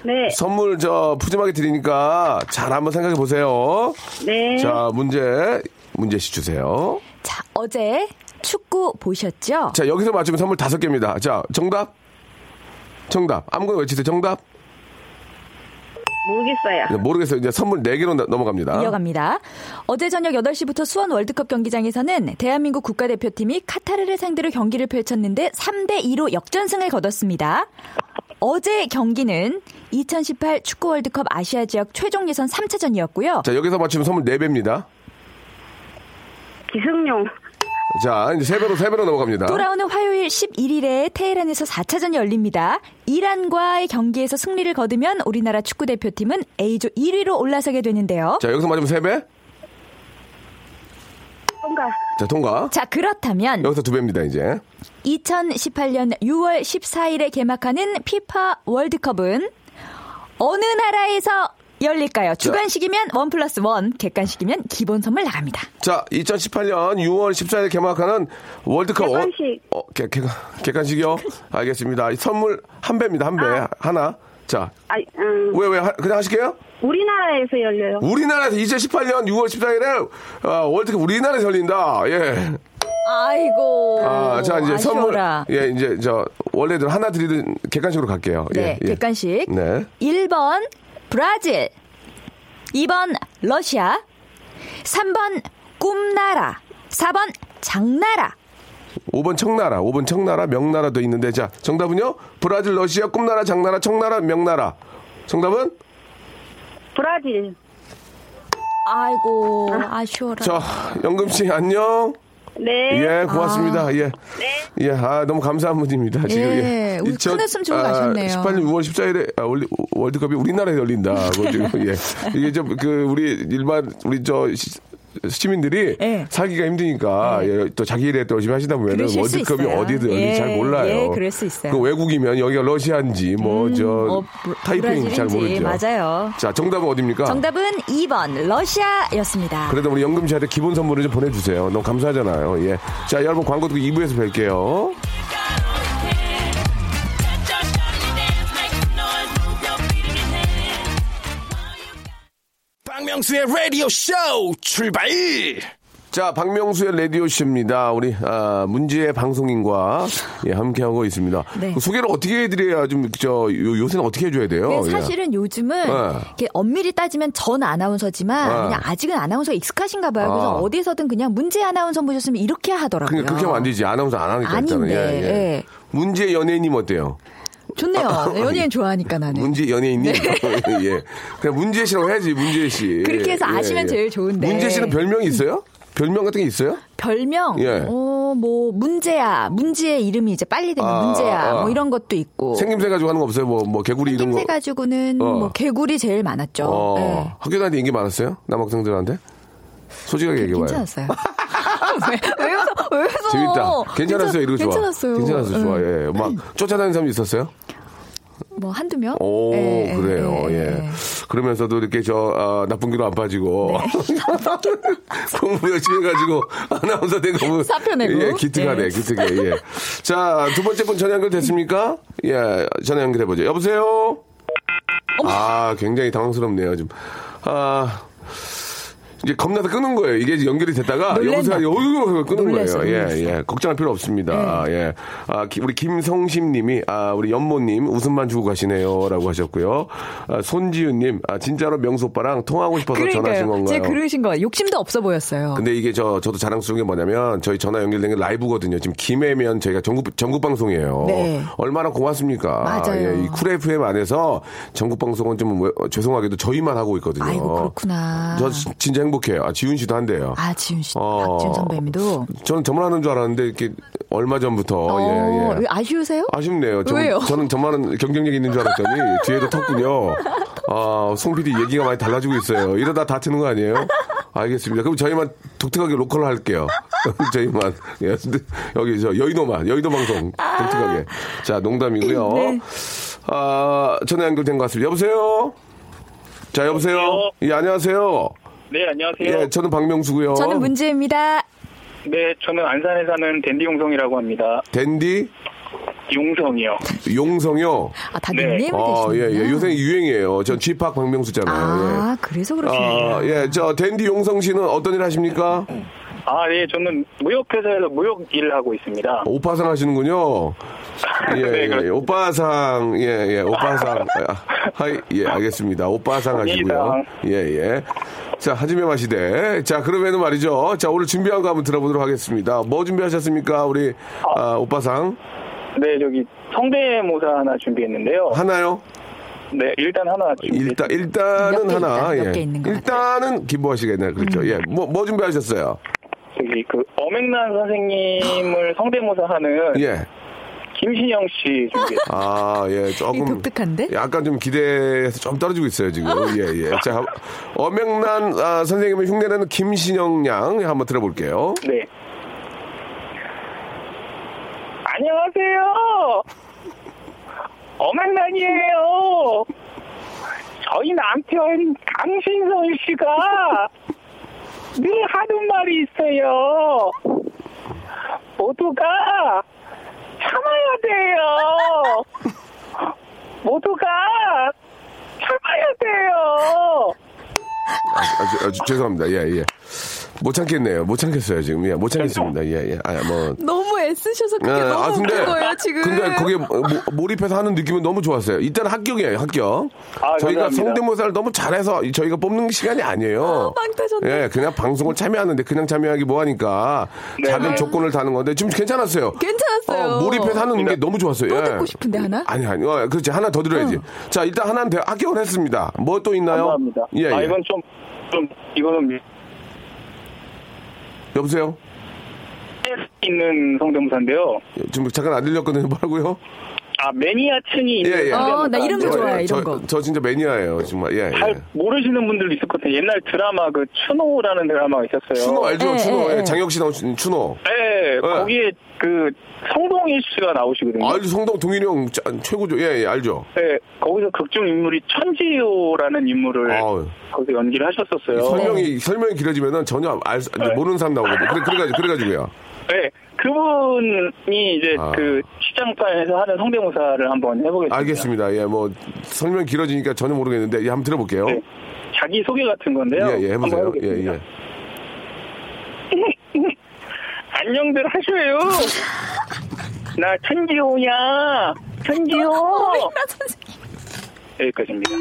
네. 선물 저 푸짐하게 드리니까 잘 한번 생각해 보세요. 네. 자, 문제, 문제 씨 주세요. 자 어제 축구 보셨죠? 자, 여기서 맞추면 선물 다섯 개입니다. 자, 정답. 정답. 아무거나 외치세요. 정답. 모르겠어요. 네, 모르겠어요. 이제 선물 네개로 넘어갑니다. 이어갑니다. 어제 저녁 8시부터 수원 월드컵 경기장에서는 대한민국 국가대표팀이 카타르를 상대로 경기를 펼쳤는데 3대 2로 역전승을 거뒀습니다. 어제 경기는 2018 축구 월드컵 아시아 지역 최종 예선 3차전이었고요. 자, 여기서 맞추면 선물 네배입니다 기승용. 자, 이제 세배로세배로 넘어갑니다. 돌아오는 화요일 11일에 테헤란에서 4차전이 열립니다. 이란과의 경기에서 승리를 거두면 우리나라 축구 대표팀은 A조 1위로 올라서게 되는데요. 자, 여기서 맞으면 세배 통과. 자, 통과. 자, 그렇다면 여기서 두배입니다 이제. 2018년 6월 14일에 개막하는 피파 월드컵은 어느 나라에서 열릴까요? 주간식이면 원 플러스 원, 객관식이면 기본 선물 나갑니다. 자, 2018년 6월 14일 개막하는 월드컵 어- 객관식. 어, 객, 객, 객관식이요? 알겠습니다. 이 선물 한 배입니다. 한 배. 아. 하나. 자, 아, 음, 왜, 왜, 하- 그냥 하실게요? 우리나라에서 열려요. 우리나라에서 2018년 6월 14일에 어, 월드컵 우리나라에서 열린다. 예. 아이고. 아, 자, 이제 선물. 아쉬워라. 예, 이제 저, 원래대로 하나 드리는 객관식으로 갈게요. 예, 네, 예. 객관식. 네. 1번 브라질, 2번 러시아, 3번 꿈나라, 4번 장나라. 5번 청나라, 5번 청나라, 명나라도 있는데 자 정답은요? 브라질, 러시아, 꿈나라, 장나라, 청나라, 명나라. 정답은 브라질. 아이고, 아쉬워라. 자 연금 씨 안녕. 네. 예, 고맙습니다. 예. 예, 아, 너무 감사한 분입니다. 지금. 아. 예, 우리 큰 웃음 주고 가셨네요. 아, 18년 6월 14일에 아, 월드, 월드컵이 우리나라에 열린다. [laughs] 지금, 예. 이게 좀, 그, 우리 일반, 우리 저, 시, 시민들이 예. 살기가 힘드니까 예, 또 자기 일에 또 열심히 하시다 보면 그러실 수 월드컵이 있어요. 어디든 예, 잘 몰라요. 예, 그럴 수 있어요. 그 외국이면 여기가 러시아인지 뭐 저 어, 브- 타이핑인지 잘 브라질인지, 예, 모르죠. 맞아요. 자, 정답은 어디입니까? 정답은 2번 러시아였습니다. 그래도 우리 연금 씨한테 기본 선물을 좀 보내주세요. 너무 감사하잖아요. 예. 자, 여러분 광고 듣고 2부에서 뵐게요. 박명수의 라디오 쇼 출발! 자, 박명수의 라디오쇼입니다. 우리, 아, 문지의 방송인과, 예, 함께하고 있습니다. 네. 그 소개를 어떻게 해드려야 좀, 저, 요, 요새는 어떻게 해줘야 돼요? 예. 근데 네, 사실은 요즘은 네. 이렇게 엄밀히 따지면 전 아나운서지만 네. 그냥 아직은 아나운서 익숙하신가 봐요. 그래서 아. 어디서든 그냥 문제 아나운서 보셨으면 이렇게 그, 하더라고요. 그렇게 하면 안 되지. 아나운서 안 하니까. 아닌데, 있잖아요. 예, 예. 예. 문지의 연예인님 어때요? 좋네요. 연예인 좋아하니까 나는. 아, 문제 연예인님. [laughs] 예. 그냥 문제 씨라고 해야지, 문제 씨. 네. 예, 그렇게 해서 아시면 제일 좋은데. 문제 씨는 별명이 있어요? 별명 같은 게 있어요? 별명, 예. 어, 뭐, 문제야. 문제의 이름이 이제 빨리 되는 아, 문제야. 아, 아. 뭐 이런 것도 있고. 생김새 가지고 하는 거 없어요? 뭐, 뭐, 개구리 이런 거. 생김새 가지고는 어. 뭐 개구리 제일 많았죠. 어, 예. 학교 다닐 때 인기 많았어요? 남학생들한테? 솔직하게 얘기해봐요. [laughs] 괜찮았어요. [laughs] 왜, 왜 웃어? 왜 웃어? 재밌다. 괜찮았어요. 이거 좋아. 괜찮았어요. 괜찮았어요. 좋아. 예. 예. 막 쫓아다니는 사람도 있었어요? 뭐 한두 명? 오, 예, 그래요. 예. 예. 그러면서도 이렇게 저, 아, 나쁜 길로 안 빠지고. 네. [laughs] 공부 열심히 해가지고 아나운서 된 거. 보면- 사표 내고. 예, 기특하네, 예. 기특해. 예. 자, 두 번째 분 전화 연결 됐습니까? 예, 전화 연결해보죠. 여보세요? 아, 굉장히 당황스럽네요, 지금. 아. 이제 겁나서 끊은 거예요. 이게 이제 연결이 됐다가 놀랬나? 여기서 어이구 끊은 놀랬어, 거예요. 예, 놀랬어. 예, 걱정할 필요 네. 없습니다. 예. 아, 기- 우리 김성심님이, 아, 우리 연모님 웃음만 주고 가시네요. 라고 하셨고요. 아, 손지윤님, 아, 진짜로 명수 오빠랑 통화하고 싶어서 전화하신 그러니까요. 건가요? 제가 그러신 거 욕심도 없어 보였어요. 근데 이게 저, 저도 자랑스러운 게 뭐냐면 저희 전화 연결된 게 라이브거든요. 지금 김해면 저희가 전국, 전국방송이에요. 네. 얼마나 고맙습니까? 맞아요. 예, 이쿨 FM 안에서 전국방송은 좀 뭐- 어, 죄송하게도 저희만 하고 있거든요. 아이고 그렇구나. 어, 저 진- 진짜 행복해요. 아, 지훈 씨도 한대요. 아 지훈 씨, 어. 박지훈 선배님도. 저는 저만 하는 줄 알았는데 이렇게 얼마 전부터 어, 예, 예. 왜 아쉬우세요? 아쉽네요. 저, 왜요? 저는 저만은 경쟁력 있는 줄 [laughs] 알았더니 뒤에도 텄군요. 아, 송 PD 얘기가 많이 달라지고 있어요. 이러다 다트는 거 아니에요? 알겠습니다. 그럼 저희만 독특하게 로컬로 할게요. [laughs] 저희만 예, 여기 저 여의도만 여의도 방송 독특하게. 자, 농담이고요. 네. 아, 전화 연결된 것 같습니다. 여보세요. 자, 여보세요. 예, 안녕하세요. 네, 안녕하세요. 예, 저는 박명수고요. 저는 문지혜입니다. 네, 저는 안산에 사는 댄디 용성이라고 합니다. 댄디 용성이요. 용성요. 아, 다 네. 닉네임이 어, 되시는구나. 예, 예. 요새 유행이에요. 전 쥐팍 박명수잖아요. 아, 그래서 예. 그렇군요. 아, 예. 저 댄디 용성 씨는 어떤 일 하십니까? 아, 예, 저는 무역회사에서 무역 일을 하고 있습니다. 오빠상 하시는군요. 예, 네, 예, 예. 그렇습니다. 오빠상. 오빠상, 예, 예, 오빠상. 아, 하이, 예, 알겠습니다. 오빠상 하시고요. 예, 예. 자, 하지메 마시대. 자, 그러면은 말이죠. 자, 오늘 준비한 거 한번 들어보도록 하겠습니다. 뭐 준비하셨습니까? 우리, 아, 오빠상. 네, 저기 성대모사 하나 준비했는데요. 하나요? 네, 일단 하나 준비. 일단, 일단은 개 하나. 있다, 몇개 예. 있는 것 음. 일단은 김보아 씨가 있나요? 그렇죠. 예. 뭐, 뭐 준비하셨어요? 저기 그 어맹난 선생님을 성대모사하는 예. 김신영 씨 준비했어요. 아, 예, 이게 조금. 독특한데? 약간 좀 기대에서 좀 떨어지고 있어요, 지금. 예, 예. 자, 어명난 아, 선생님의 흉내내는 김신영 양 한번 들어볼게요. 네. 안녕하세요. 어맹난이에요. 저희 남편 강신선 씨가 늘 하는 말이 있어요. 모두가 참아야 돼요. 모두가 참아야 돼요. 아, 주- 아, 주- 죄송합니다. 예, 예. 못 참겠네요. 못 참겠어요, 지금. 예, 못 참겠습니다. 예, 예. 아, 뭐. 너무 애쓰셔서 그게 예, 너무 아, 웃긴 거예요, 지금. 근데 거기에 모- 몰입해서 하는 느낌은 너무 좋았어요. 일단 합격이에요, 합격. 아, 저희가 감사합니다. 성대모사를 너무 잘해서 저희가 뽑는 시간이 아니에요. 빵 터졌네. 예, 그냥 방송을 참여하는데 그냥 참여하기 뭐하니까 네. 작은 조건을 다는 건데 지금 괜찮았어요. 괜찮았어요. 네. 어, 몰입해서 하는 게 너무 좋았어요. 또 예. 듣고 싶은데 하나? 아니 아니, 어, 그렇지 하나 더 들어야지. 자 일단 하나는 대- 합격을 했습니다. 뭐 또 있나요? 감사합니다. 예, 아 예. 이건 좀 좀 이거는 여보세요. 매니아층이 있는 성대모사인데요. 지금 잠깐 안 들렸거든요. [laughs] 뭐라고요? 아 매니아층이 있는 예, 예. 어, 나 이름 좀 성대모사인데요. 좋아해, 예, 저, 이런 거. 저 진짜 매니아예요, 정말. 예. 잘 예. 모르시는 분들도 있을 것 같아요. 옛날 드라마 그 추노라는 드라마가 있었어요. 추노 알죠? 예, 추노. 예, 예, 예. 장혁 씨 나온 추- 추노. 네, 거기에 그 성동일 씨가 나오시거든요. 알죠? 성동 동일이 형 짜- 최고죠. 예, 예, 알죠. 네, 거기서 극중 인물이 천지호라는 인물을 아우. 거기서 연기를 하셨었어요. 설명이 설명이 길어지면은 전혀 알 수- 이제 네. 모르는 사람 나오거든요. 그래 그래가지고 그래가지고요. 네, 그분이 이제 아. 그 시장판에서 하는 성대모사를 한번 해보겠습니다. 알겠습니다. 예, 뭐 설명 길어지니까 전혀 모르겠는데 예, 한번 들어볼게요. 네, 자기 소개 같은 건데요. 예, 예, 해보세요. 예, 한번 해보겠습니다. 예. 안녕들 하셔요. 나 천지호야. 천지호. 여기까지입니다.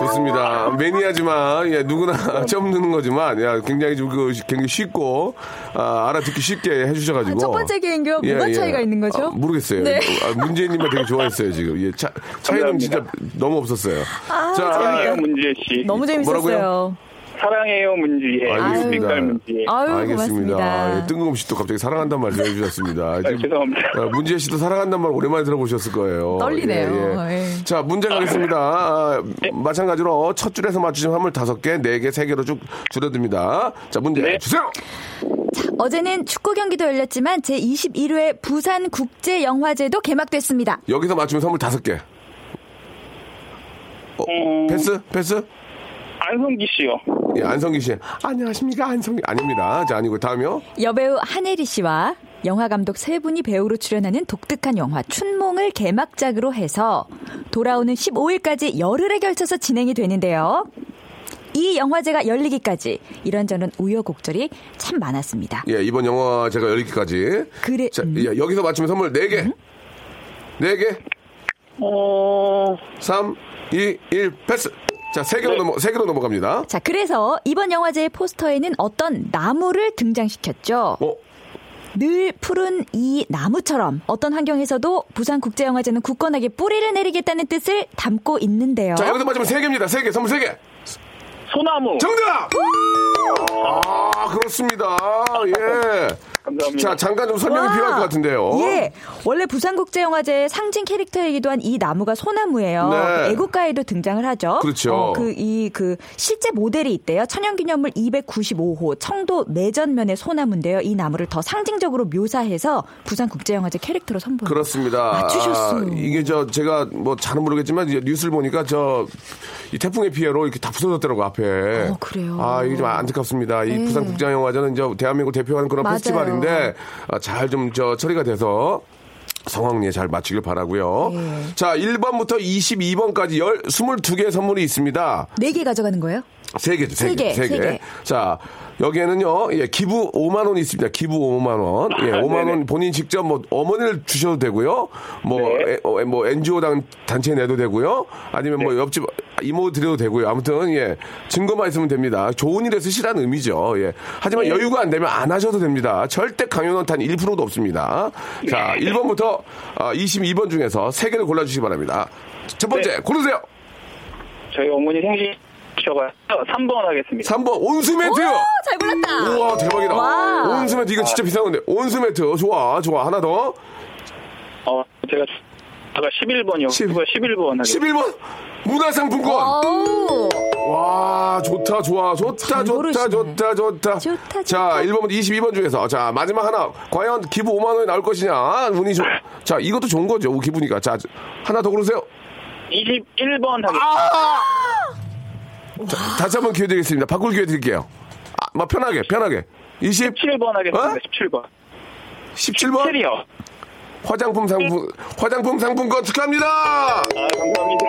좋습니다. 매니아지만 예, 누구나 [laughs] 처음 듣는 거지만 야, 굉장히 좀그 굉장히 쉽고 아, 알아듣기 쉽게 해주셔가지고 아, 첫 번째 개인기와 뭐가 차이가 있는 거죠? 예, 아, 모르겠어요. 네. 아, 문재인님만 되게 좋아했어요 지금. 예, 차, 차이는 감사합니다. 진짜 너무 없었어요. 자, 아, 아, 예. 사랑해요 네. 문지혜 씨. 너무 재밌었어요. 뭐라고요? 사랑해요 문지혜. 알겠습니다. 뮤지컬 문지혜. 아, 아유, 알겠습니다. 고맙습니다. 아, 예, 뜬금없이 또 갑자기 사랑한다는 말씀 해주셨습니다. 지금, 죄송합니다. 아, 문지혜 씨도 사랑한다는 말 오랜만에 들어보셨을 거예요. 떨리네요. 예, 예. 예. 자, 문제 가겠습니다. 아, 마찬가지로 첫 줄에서 맞추시면 화물 다섯 개, 네 개, 세 개로 쭉 줄어듭니다. 자, 문제 네. 주세요! 어제는 축구 경기도 열렸지만 제21회 부산 국제 영화제도 개막됐습니다. 여기서 맞추면 선물 다섯 개. 어, 음. 패스? 패스? 안성기 씨요. 예, 안성기 씨. 안녕하십니까, 안성기. 아닙니다. 자, 아니고 다음이요. 여배우 한혜리 씨와 영화 감독 세 분이 배우로 출연하는 독특한 영화 춘몽을 개막작으로 해서 돌아오는 15일까지 열흘에 걸쳐서 진행이 되는데요. 이 영화제가 열리기까지 이런저런 우여곡절이 참 많았습니다. 예, 이번 영화 제가 열기까지. 그래- 음. 자, 예, 여기서 맞추면 선물 네개네개 어, 3, 2, 1, 패스. 자, 세개로 네. 넘어, 세개로 넘어갑니다. 자, 그래서 이번 영화제의 포스터에는 어떤 나무를 등장시켰죠. 어? 늘 푸른 이 나무처럼 어떤 환경에서도 부산국제영화제는 굳건하게 뿌리를 내리겠다는 뜻을 담고 있는데요. 자, 여기서 맞추면 세개입니다세 개 선물 세개 소나무. 정답! 아, 그렇습니다. 예. 감사합니다. 자, 잠깐 좀 설명이 와. 필요할 것 같은데요. 예. 원래 부산국제영화제의 상징 캐릭터이기도 한 이 나무가 소나무예요. 그 네. 애국가에도 등장을 하죠. 그렇죠. 그, 이, 그, 실제 모델이 있대요. 천연기념물 295호 청도 내전면의 소나무인데요. 이 나무를 더 상징적으로 묘사해서 부산국제영화제 캐릭터로 선보입니다. 그렇습니다. 맞추셨어요. 아, 이게 저 제가 뭐 잘은 모르겠지만 이제 뉴스를 보니까 저 이 태풍의 피해로 이렇게 다 부서졌더라고 앞에. 어, 그래요? 네. 아 이게 좀 안타깝습니다. 이 부산 국제영화제는 이제 대한민국 대표하는 그런 맞아요. 페스티벌인데 아, 잘 좀 저 처리가 돼서. 성황리에 예 잘 마치길 바라고요. 네. 자, 1번부터 22번까지 열 22개 선물이 있습니다. 네 개 가져가는 거예요? 세 개죠, 세 세 개. 개, 세 세 개. 개. 자, 여기에는요, 예, 기부 5만 원 있습니다. 기부 5만 원. 예, 5만 원 본인 직접 뭐 어머니를 주셔도 되고요. 뭐, 에, 어, 뭐 NGO 당 단체에 내도 되고요. 아니면 뭐 옆집 이모 드려도 되고요. 아무튼 예, 증거만 있으면 됩니다. 좋은 일에 쓰시라는 의미죠. 예. 하지만 여유가 안 되면 안 하셔도 됩니다. 절대 강요는 단 1%도 없습니다. 자, 1번부터 아, 22번 중에서 세 개를 골라 주시기 바랍니다. 첫 번째 고르세요. 저희 어머니 생신 주셔가지고 3번 하겠습니다. 3번 온수 매트. 요 아, 잘 골랐다. 우와 대박이다 와. 온수 매트 이거 진짜 비싼 건데 온수 매트 좋아 좋아 하나 더 어, 제가 아까 11번이요. 십- 11번 하겠습니다. 11번 문화상품권 어우, 와 좋다 좋아 좋다 잘 좋다 고르시네. 좋다 좋다 좋다, 자 1번부터 22번 중에서 자 마지막 하나 과연 기부 5만 원이 나올 것이냐 운이 좋자 이것도 좋은 거죠 기부니까 자 하나 더 고르세요 21번 하겠습니다. 아 자, 다시 한번 기회 드리겠습니다 바꿀 기회 드릴게요 아, 막 편하게 편하게 20 17번 하겠습니다. 어? 17번. 17번 7이요. 예. 화장품 상품 화장품 상품권 축하합니다 아, 감사합니다.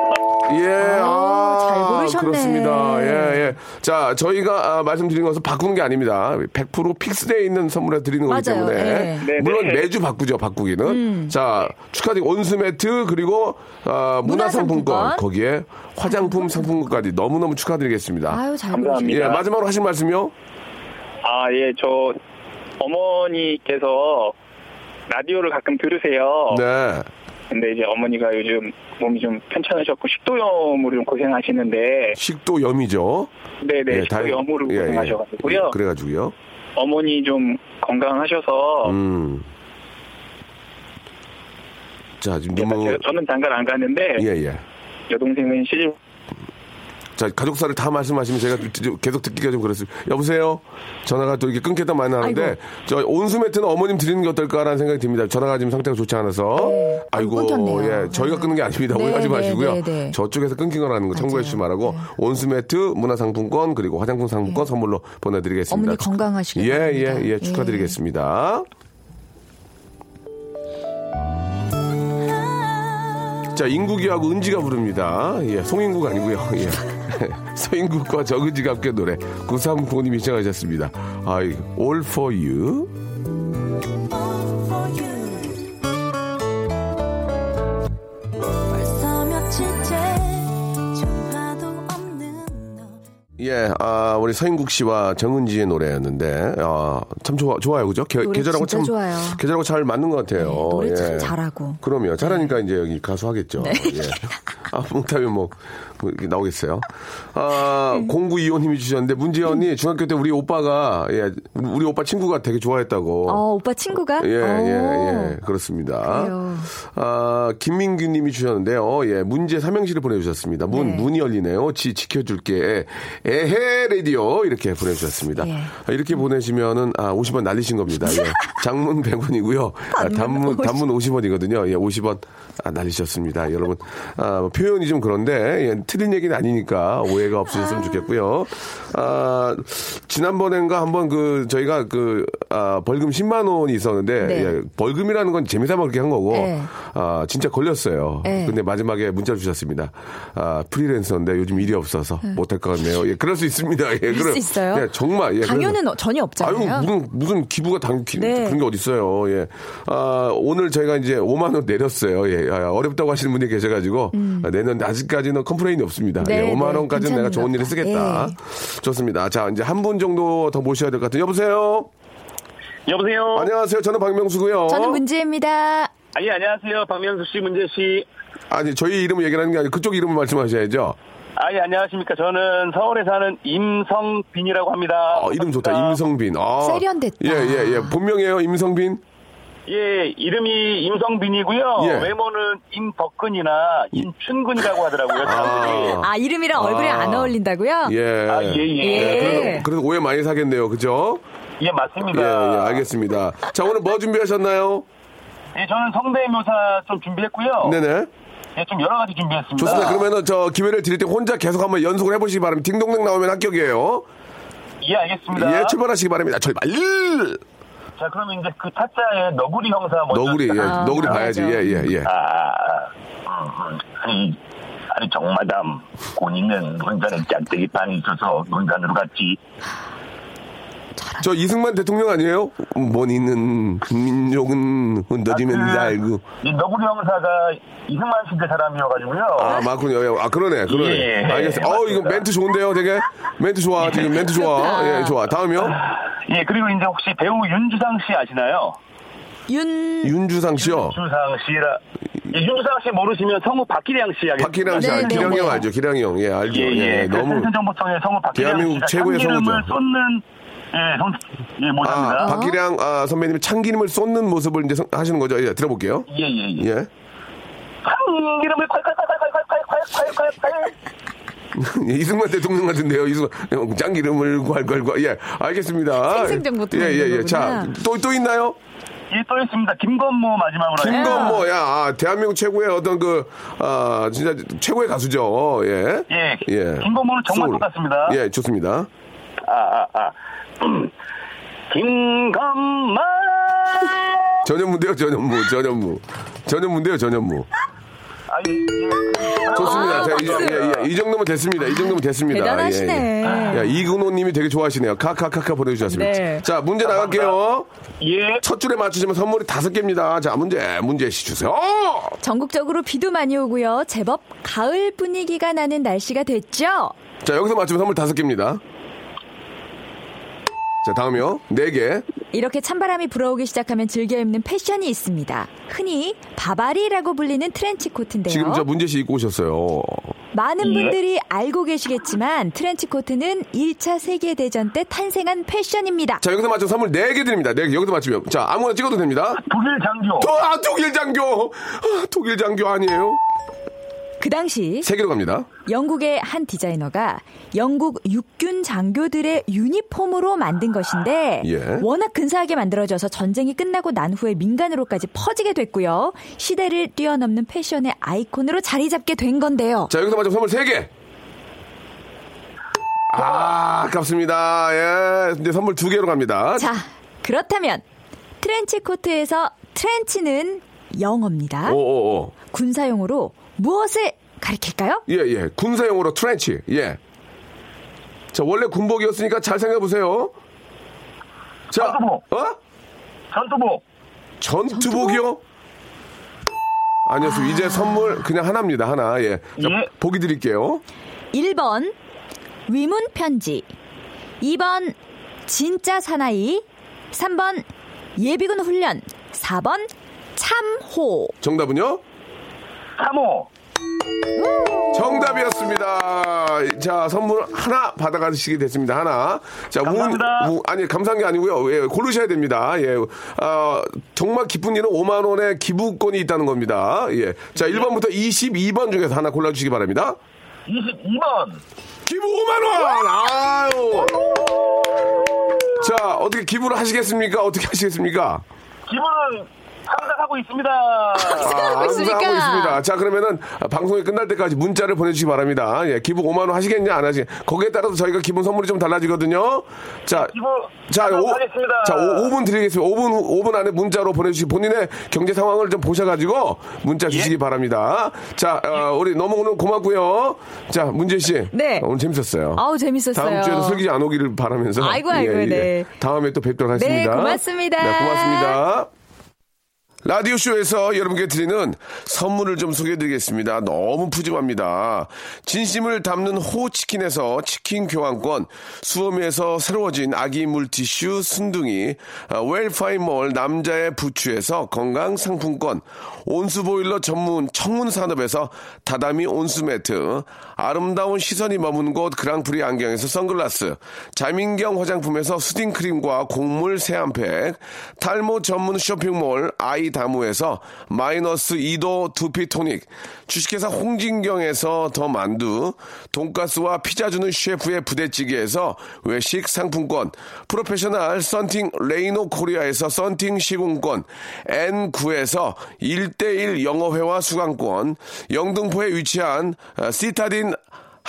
예, 아, 잘 고르셨네. 그렇습니다. 예, 예. 자, 저희가 아, 말씀드린 것은 바꾸는 게 아닙니다. 100% 픽스되어 있는 선물을 드리는 거기 맞아요. 음. 때문에. 네. 네, 물론 네. 매주 바꾸죠, 바꾸기는. 자, 축하드리고 온수 매트 그리고 아, 문화상품권 문화상품권. 거기에 화장품 상품권까지 너무너무 축하드리겠습니다. 아유, 잘 골랐다. 감사합니다. 예, 마지막으로 하신 말씀이요? 아, 예, 저 어머니께서 라디오를 가끔 들으세요. 네. 근데 이제 어머니가 요즘 몸이 좀 편찮으셨고 식도염으로 좀 고생하시는데 식도염이죠. 네네 예, 다행- 식도염으로 예, 예. 고생하셔가지고요. 예, 그래가지고요. 어머니 좀 건강하셔서 음. 자, 지금 예, 너무. 제가- 저는 장가를 안 갔는데 예, 예. 여동생은 시집 자 가족사를 다 말씀하시면 제가 좀- 좀 계속 듣기가 좀 그렇습니다. 여보세요. 전화가 또 이렇게 끊겠다 많이 하는데 저 온수 매트는 어머님 드리는 게 어떨까라는 생각이 듭니다. 전화가 지금 상태가 좋지 않아서 아이고 네, 끊겼네요. 예 저희가 끊는 게 아닙니다. 네, 오해하지 네, 마시고요. 네, 네. 저쪽에서 끊긴 거라는 거 참고해 주시 기 바라고 온수 매트 문화상품권 그리고 화장품 상품권 선물로 보내드리겠습니다. 어머니 건강하시길 예예예 바랍니다. 예. 축하드리겠습니다. 자 인국이하고 은지가 부릅니다. 예, 송인국 아니고요. 예. [laughs] 서인국과 정은지가 함께 노래 9395님이 시청하셨습니다. 아이 All for you. all for you. 벌써 며칠째 전화도 없는 너. 예, 아, 우리 서인국 씨와 정은지의 노래였는데, 아, 참 좋아, 좋아요, 그죠? 계, 노래 계절하고 진짜 참, 좋아요. 계절하고 잘 맞는 것 같아요. 네, 노래 예. 참 잘하고. 네. 그럼요. 잘하니까 이제 여기 가수 하겠죠. 예. 아, 못하면 뭐, 뭐 이렇게 나오겠어요. 네. 아, 공구 이호님이 주셨는데, 음. 문재현이 중학교 때 우리 오빠가, 예, 우리 오빠 친구가 되게 좋아했다고. 어, 오빠 친구가? 예, 예, 오. 예. 그렇습니다. 어. 그래요. 아, 김민규 님이 주셨는데요. 예, 문제 삼행시를 보내주셨습니다. 문, 네. 문이 열리네요. 지, 지켜줄게. 에헤, 레디오. 이렇게 보내주셨습니다. 예. 아, 이렇게 보내시면은, 아, 50원 날리신 겁니다. 예. 장문 100원이고요. 아, 단문, 단문 50원이거든요. 예, 50원 아, 날리셨습니다. 여러분, 아, 표현이 좀 그런데, 예, 틀린 얘기는 아니니까 오해가 없으셨으면 좋겠고요. 아, 지난번엔가 한번 그, 저희가 그, 아, 벌금 10만 원이 있었는데, 네. 예, 벌금이라는 건 재미삼아 그렇게 한 거고, 네. 아, 진짜 걸렸어요. 네. 근데 마지막에 문자 주셨습니다. 아, 프리랜서인데 요즘 일이 없어서 못할 것 같네요. 예, 그럴 수 있습니다. 예, 그럴 수 있어요? 예, 정말. 예, 강요는 그래서- 어- 전혀 없잖아요. 아유, 무슨, 무슨 기부가 당, 기, 네. 그런 게 어딨어요. 예. 아, 오늘 저희가 이제 5만원 내렸어요. 예. 아, 어렵다고 하시는 분이 계셔가지고, 아, 내년 아직까지는 컴플레인이 없습니다. 음. 네, 예. 예, 네, 5만원까지는 내가 괜찮은 것 좋은 일을 같아요. 쓰겠다. 좋습니다. 자, 이제 한 분 정도 더 모셔야 될 것 같아요. 여보세요? 여보세요. 안녕하세요. 저는 박명수고요 저는 문지혜입니다. 아니 예, 안녕하세요 박명수 씨 문재 씨. 아니, 저희 이름을 얘기하는 게 아니고 그쪽 이름을 말씀하셔야죠. 아니 안녕하십니까 저는 서울에 사는 임성빈이라고 합니다. 아, 이름 좋다. 임성빈. 아. 어, 세련됐다. 예, 예, 예. 본명이에요. 임성빈. 예 이름이 임성빈이고요. 예. 외모는 임덕근이나 임춘근이라고 하더라고요. 사람들이. 아, 이름이랑 얼굴이 아. 안 어울린다고요? 예. 아, 예, 예. 예. 그래서, 그래서 오해 많이 사겠네요. 그죠? 예, 예, 예, 맞습니다. 아. 알겠습니다. 자, 오늘 뭐 준비하셨나요? 어. 예, 저는 성대묘사 좀 준비했고요. 네네. 예, 좀 여러 가지 준비했습니다. 좋습니다. 그러면은 저 기회를 드릴 때 혼자 계속 한번 연속을 해보시기 바랍니다. 딩동댕 나오면 합격이에요. 예, 알겠습니다. 예, 출발하시기 바랍니다. 출발! 자, 그러면 이제 그 타짜의 너구리 형사 먼저. 너구리, 예, 아, 너구리 맞아. 봐야지. 예, 예, 예. 아, 음, 음. 아니, 아니 정마담 군인은 논산에 짝대기 반이 있어서 논산으로 갔지. 저 이승만 대통령 아니에요? 원인은 민족은 흔들리면 아, 그, 날고. 이 너구리 형사가 이승만 시대 사람이어가지고요. 아, 맞군요. 예, 아, 그러네, 그러네. 예, 예, 알겠어요. 어, 이거 맞습니다. 멘트 좋은데요, 되게? 멘트 좋아, 지금 멘트 좋아. 예, 좋아. 다음이요? 예, 그리고 이제 혹시 배우 윤주상 씨 아시나요? 윤 윤주상 씨요. 윤주상 씨라. 예, 윤주상 씨 모르시면 성우 박기량 씨 하겠습니다. 박기량 씨, 아, 네, 네, 기량 네. 형 알죠? 기량 형, 예, 알죠. 예, 예. 예, 예 너무. 정보청의 성우 박기량 대한민국 씨가 최고의 참기름을 성우죠. 쏟는 예, 성, 예, 모자입니다. 아, 박기량 아, 선배님이 참기름을 쏟는 모습을 이제 성- 하시는 거죠? 예, 들어볼게요. 예, 예, 예. 예. [laughs] 참기름을 콸콸콸콸콸콸콸콸콸콸콸 예, 이승만 대통령 같은데요. 이승만 어, 참기름을 괄괄괄. 예, 알겠습니다. 생생정보통인 예, 예, 예. 거구나. 자, 또 또 있나요? 예, 또 있습니다. 김건모 마지막으로 네. 김건모, 야, 아, 대한민국 최고의 어떤 그, 아, 진짜 최고의 가수죠. 예. 예, 김건모는 정말 소울. 똑같습니다. 예, 좋습니다. 아, 아, 아. 김건모 전현무인데요, 전현무, 전현무. 전현무인데요, 전현무. 아, 예, 예. 좋습니다. 아, 자, 이, 박수. 예, 예. 이 정도면 됐습니다. 이 정도면 됐습니다. 대단하시네. 예, 예. 야, 이근호님이 되게 좋아하시네요. 카카카카 보내주셨습니다. 네. 자, 문제 나갈게요. 예. 첫 줄에 맞추시면 선물이 다섯 개입니다. 자, 문제, 문제 씨 주세요. 전국적으로 비도 많이 오고요. 제법 가을 분위기가 나는 날씨가 됐죠. 자, 여기서 맞추면 선물 다섯 개입니다. 자, 다음이요. 네 개. 이렇게 찬바람이 불어오기 시작하면 즐겨 입는 패션이 있습니다. 흔히 바바리라고 불리는 트렌치 코트인데요. 지금 저 뭐- 예. 문제 씨 입고 오셨어요. 많은 분들이 알고 계시겠지만 트렌치 코트는 1차 세계 대전 때 탄생한 패션입니다. 자, 여기서 맞추면 선물 네 개 드립니다. 네 개. 여기서 맞추면. 자, 아무거나 찍어도 됩니다. 독일 장교. 도, 아, 독일 장교! 아, 독일 장교 아니에요? 그 당시 세 개로 갑니다. 영국의 한 디자이너가 영국 육군 장교들의 유니폼으로 만든 것인데 예. 워낙 근사하게 만들어져서 전쟁이 끝나고 난 후에 민간으로까지 퍼지게 됐고요. 시대를 뛰어넘는 패션의 아이콘으로 자리 잡게 된 건데요. 자, 여기서 맞춰 선물 3개. 아, 아깝습니다. 예. 이제 선물 2개로 갑니다. 자, 그렇다면 트렌치 코트에서 트렌치는 영어입니다. 오, 오, 오. 군사용어로 무엇을 가리킬까요? 예, 예. 군사용어로 트렌치. 예. 자, 원래 군복이었으니까 잘 생각해보세요. 자, 전투복. 어? 전투복. 전투복이요? 아니었어요. 이제 선물 그냥 하나입니다. 하나. 예. 자, 예. 보기 드릴게요. 1번 위문 편지 2번 진짜 사나이 3번 예비군 훈련 4번 참호 정답은요? 3호. 정답이었습니다. 자, 선물 하나 받아가시게 됐습니다. 하나. 자, 감사합니다. 운, 운- 아니, 감사한 게 아니고요. 예, 고르셔야 됩니다. 예. 아, 정말 기쁜 일은 5만원의 기부권이 있다는 겁니다. 예. 자, 1번부터 22번 중에서 하나 골라주시기 바랍니다. 22번. 기부 5만원! 아유! 자, 어떻게 기부를 하시겠습니까? 어떻게 하시겠습니까? 기분은 상상하고 있습니다. [laughs] 아, 항상 있으니까. 하고 있습니다. 자, 그러면은 아, 방송이 끝날 때까지 문자를 보내주시기 바랍니다. 예, 기부 5만 원 하시겠냐 안 하시? 거기에 따라서 저희가 기본 선물이 좀 달라지거든요. 자, 기부 자, 오, 하겠습니다. 자, 5, 분 드리겠습니다. 5분 후- 5분 안에 문자로 보내주시 본인의 경제 상황을 좀 보셔가지고 문자 예. 주시기 바랍니다. 자, 어, 우리 너무 오늘 고맙고요. 자, 문재 씨, 네. 오늘 재밌었어요. 아우 재밌었어요. 다음 주에도 슬기지 안 오기를 바라면서. 예, 아이고, 아이고, 네. 다음에 또 뵙도록 하겠습니다. 네, 고맙습니다. 네, 고맙습니다. 라디오쇼에서 여러분께 드리는 선물을 좀 소개해드리겠습니다. 너무 푸짐합니다. 진심을 담는 호치킨에서 치킨 교환권, 수험에서 새로워진 아기 물티슈 순둥이, 아, 웰파이몰 남자의 부추에서 건강 상품권, 온수보일러 전문 청운산업에서 다다미 온수매트, 아름다운 시선이 머문 곳 그랑프리 안경에서 선글라스, 자민경 화장품에서 수딩크림과 곡물 세안팩, 탈모 전문 쇼핑몰 아이 다무에서 마이너스 2도 두피 토닉, 주식회사 홍진경에서 더 만두, 돈가스와 피자 주는 셰프의 부대찌개에서 외식 상품권, 프로페셔널 썬팅 레이노 코리아에서 썬팅 시공권, N9에서 1대1 영어회화 수강권, 영등포에 위치한 아, 시타딘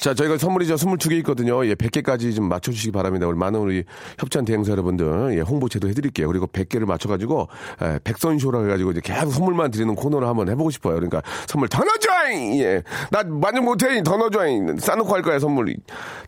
자, 저희가 선물이 저 22개 있거든요. 예, 100개까지 좀 맞춰주시기 바랍니다. 우리 많은 우리 협찬 대행사 여러분들, 예, 홍보 제도 해드릴게요. 그리고 100개를 맞춰가지고, 예, 백선쇼라 해가지고 이제 계속 선물만 드리는 코너를 한번 해보고 싶어요. 그러니까 선물 더 넣어줘잉! 예. 나 만족 못해! 더 넣어줘잉! 싸놓고 할 거야, 선물.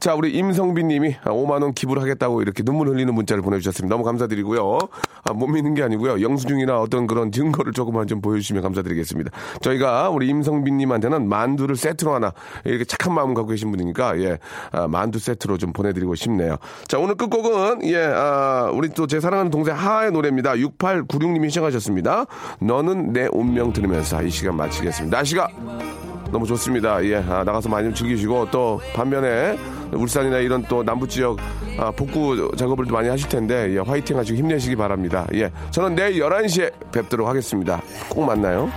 자, 우리 임성빈 님이 아, 5만원 기부를 하겠다고 이렇게 눈물 흘리는 문자를 보내주셨습니다. 너무 감사드리고요. 아, 못 믿는 게 아니고요. 영수증이나 어떤 그런 증거를 조금만 좀 보여주시면 감사드리겠습니다. 저희가 우리 임성빈 님한테는 만두를 세트로 하나 이렇게 착한 마음 갖고 계신 분이니까 예 아, 만두 세트로 좀 보내드리고 싶네요. 자 오늘 끝곡은 예 아, 우리 또 제 사랑하는 동생 하하의 노래입니다. 6896님이 시청하셨습니다. 너는 내 운명 들으면서 이 시간 마치겠습니다. 날씨가 너무 좋습니다. 예, 아, 나가서 많이 좀 즐기시고 또 반면에 울산이나 이런 또 남부 지역 아, 복구 작업을 또 많이 하실 텐데 예, 화이팅 하시고 힘내시기 바랍니다. 예, 저는 내일 11시에 뵙도록 하겠습니다. 꼭 만나요.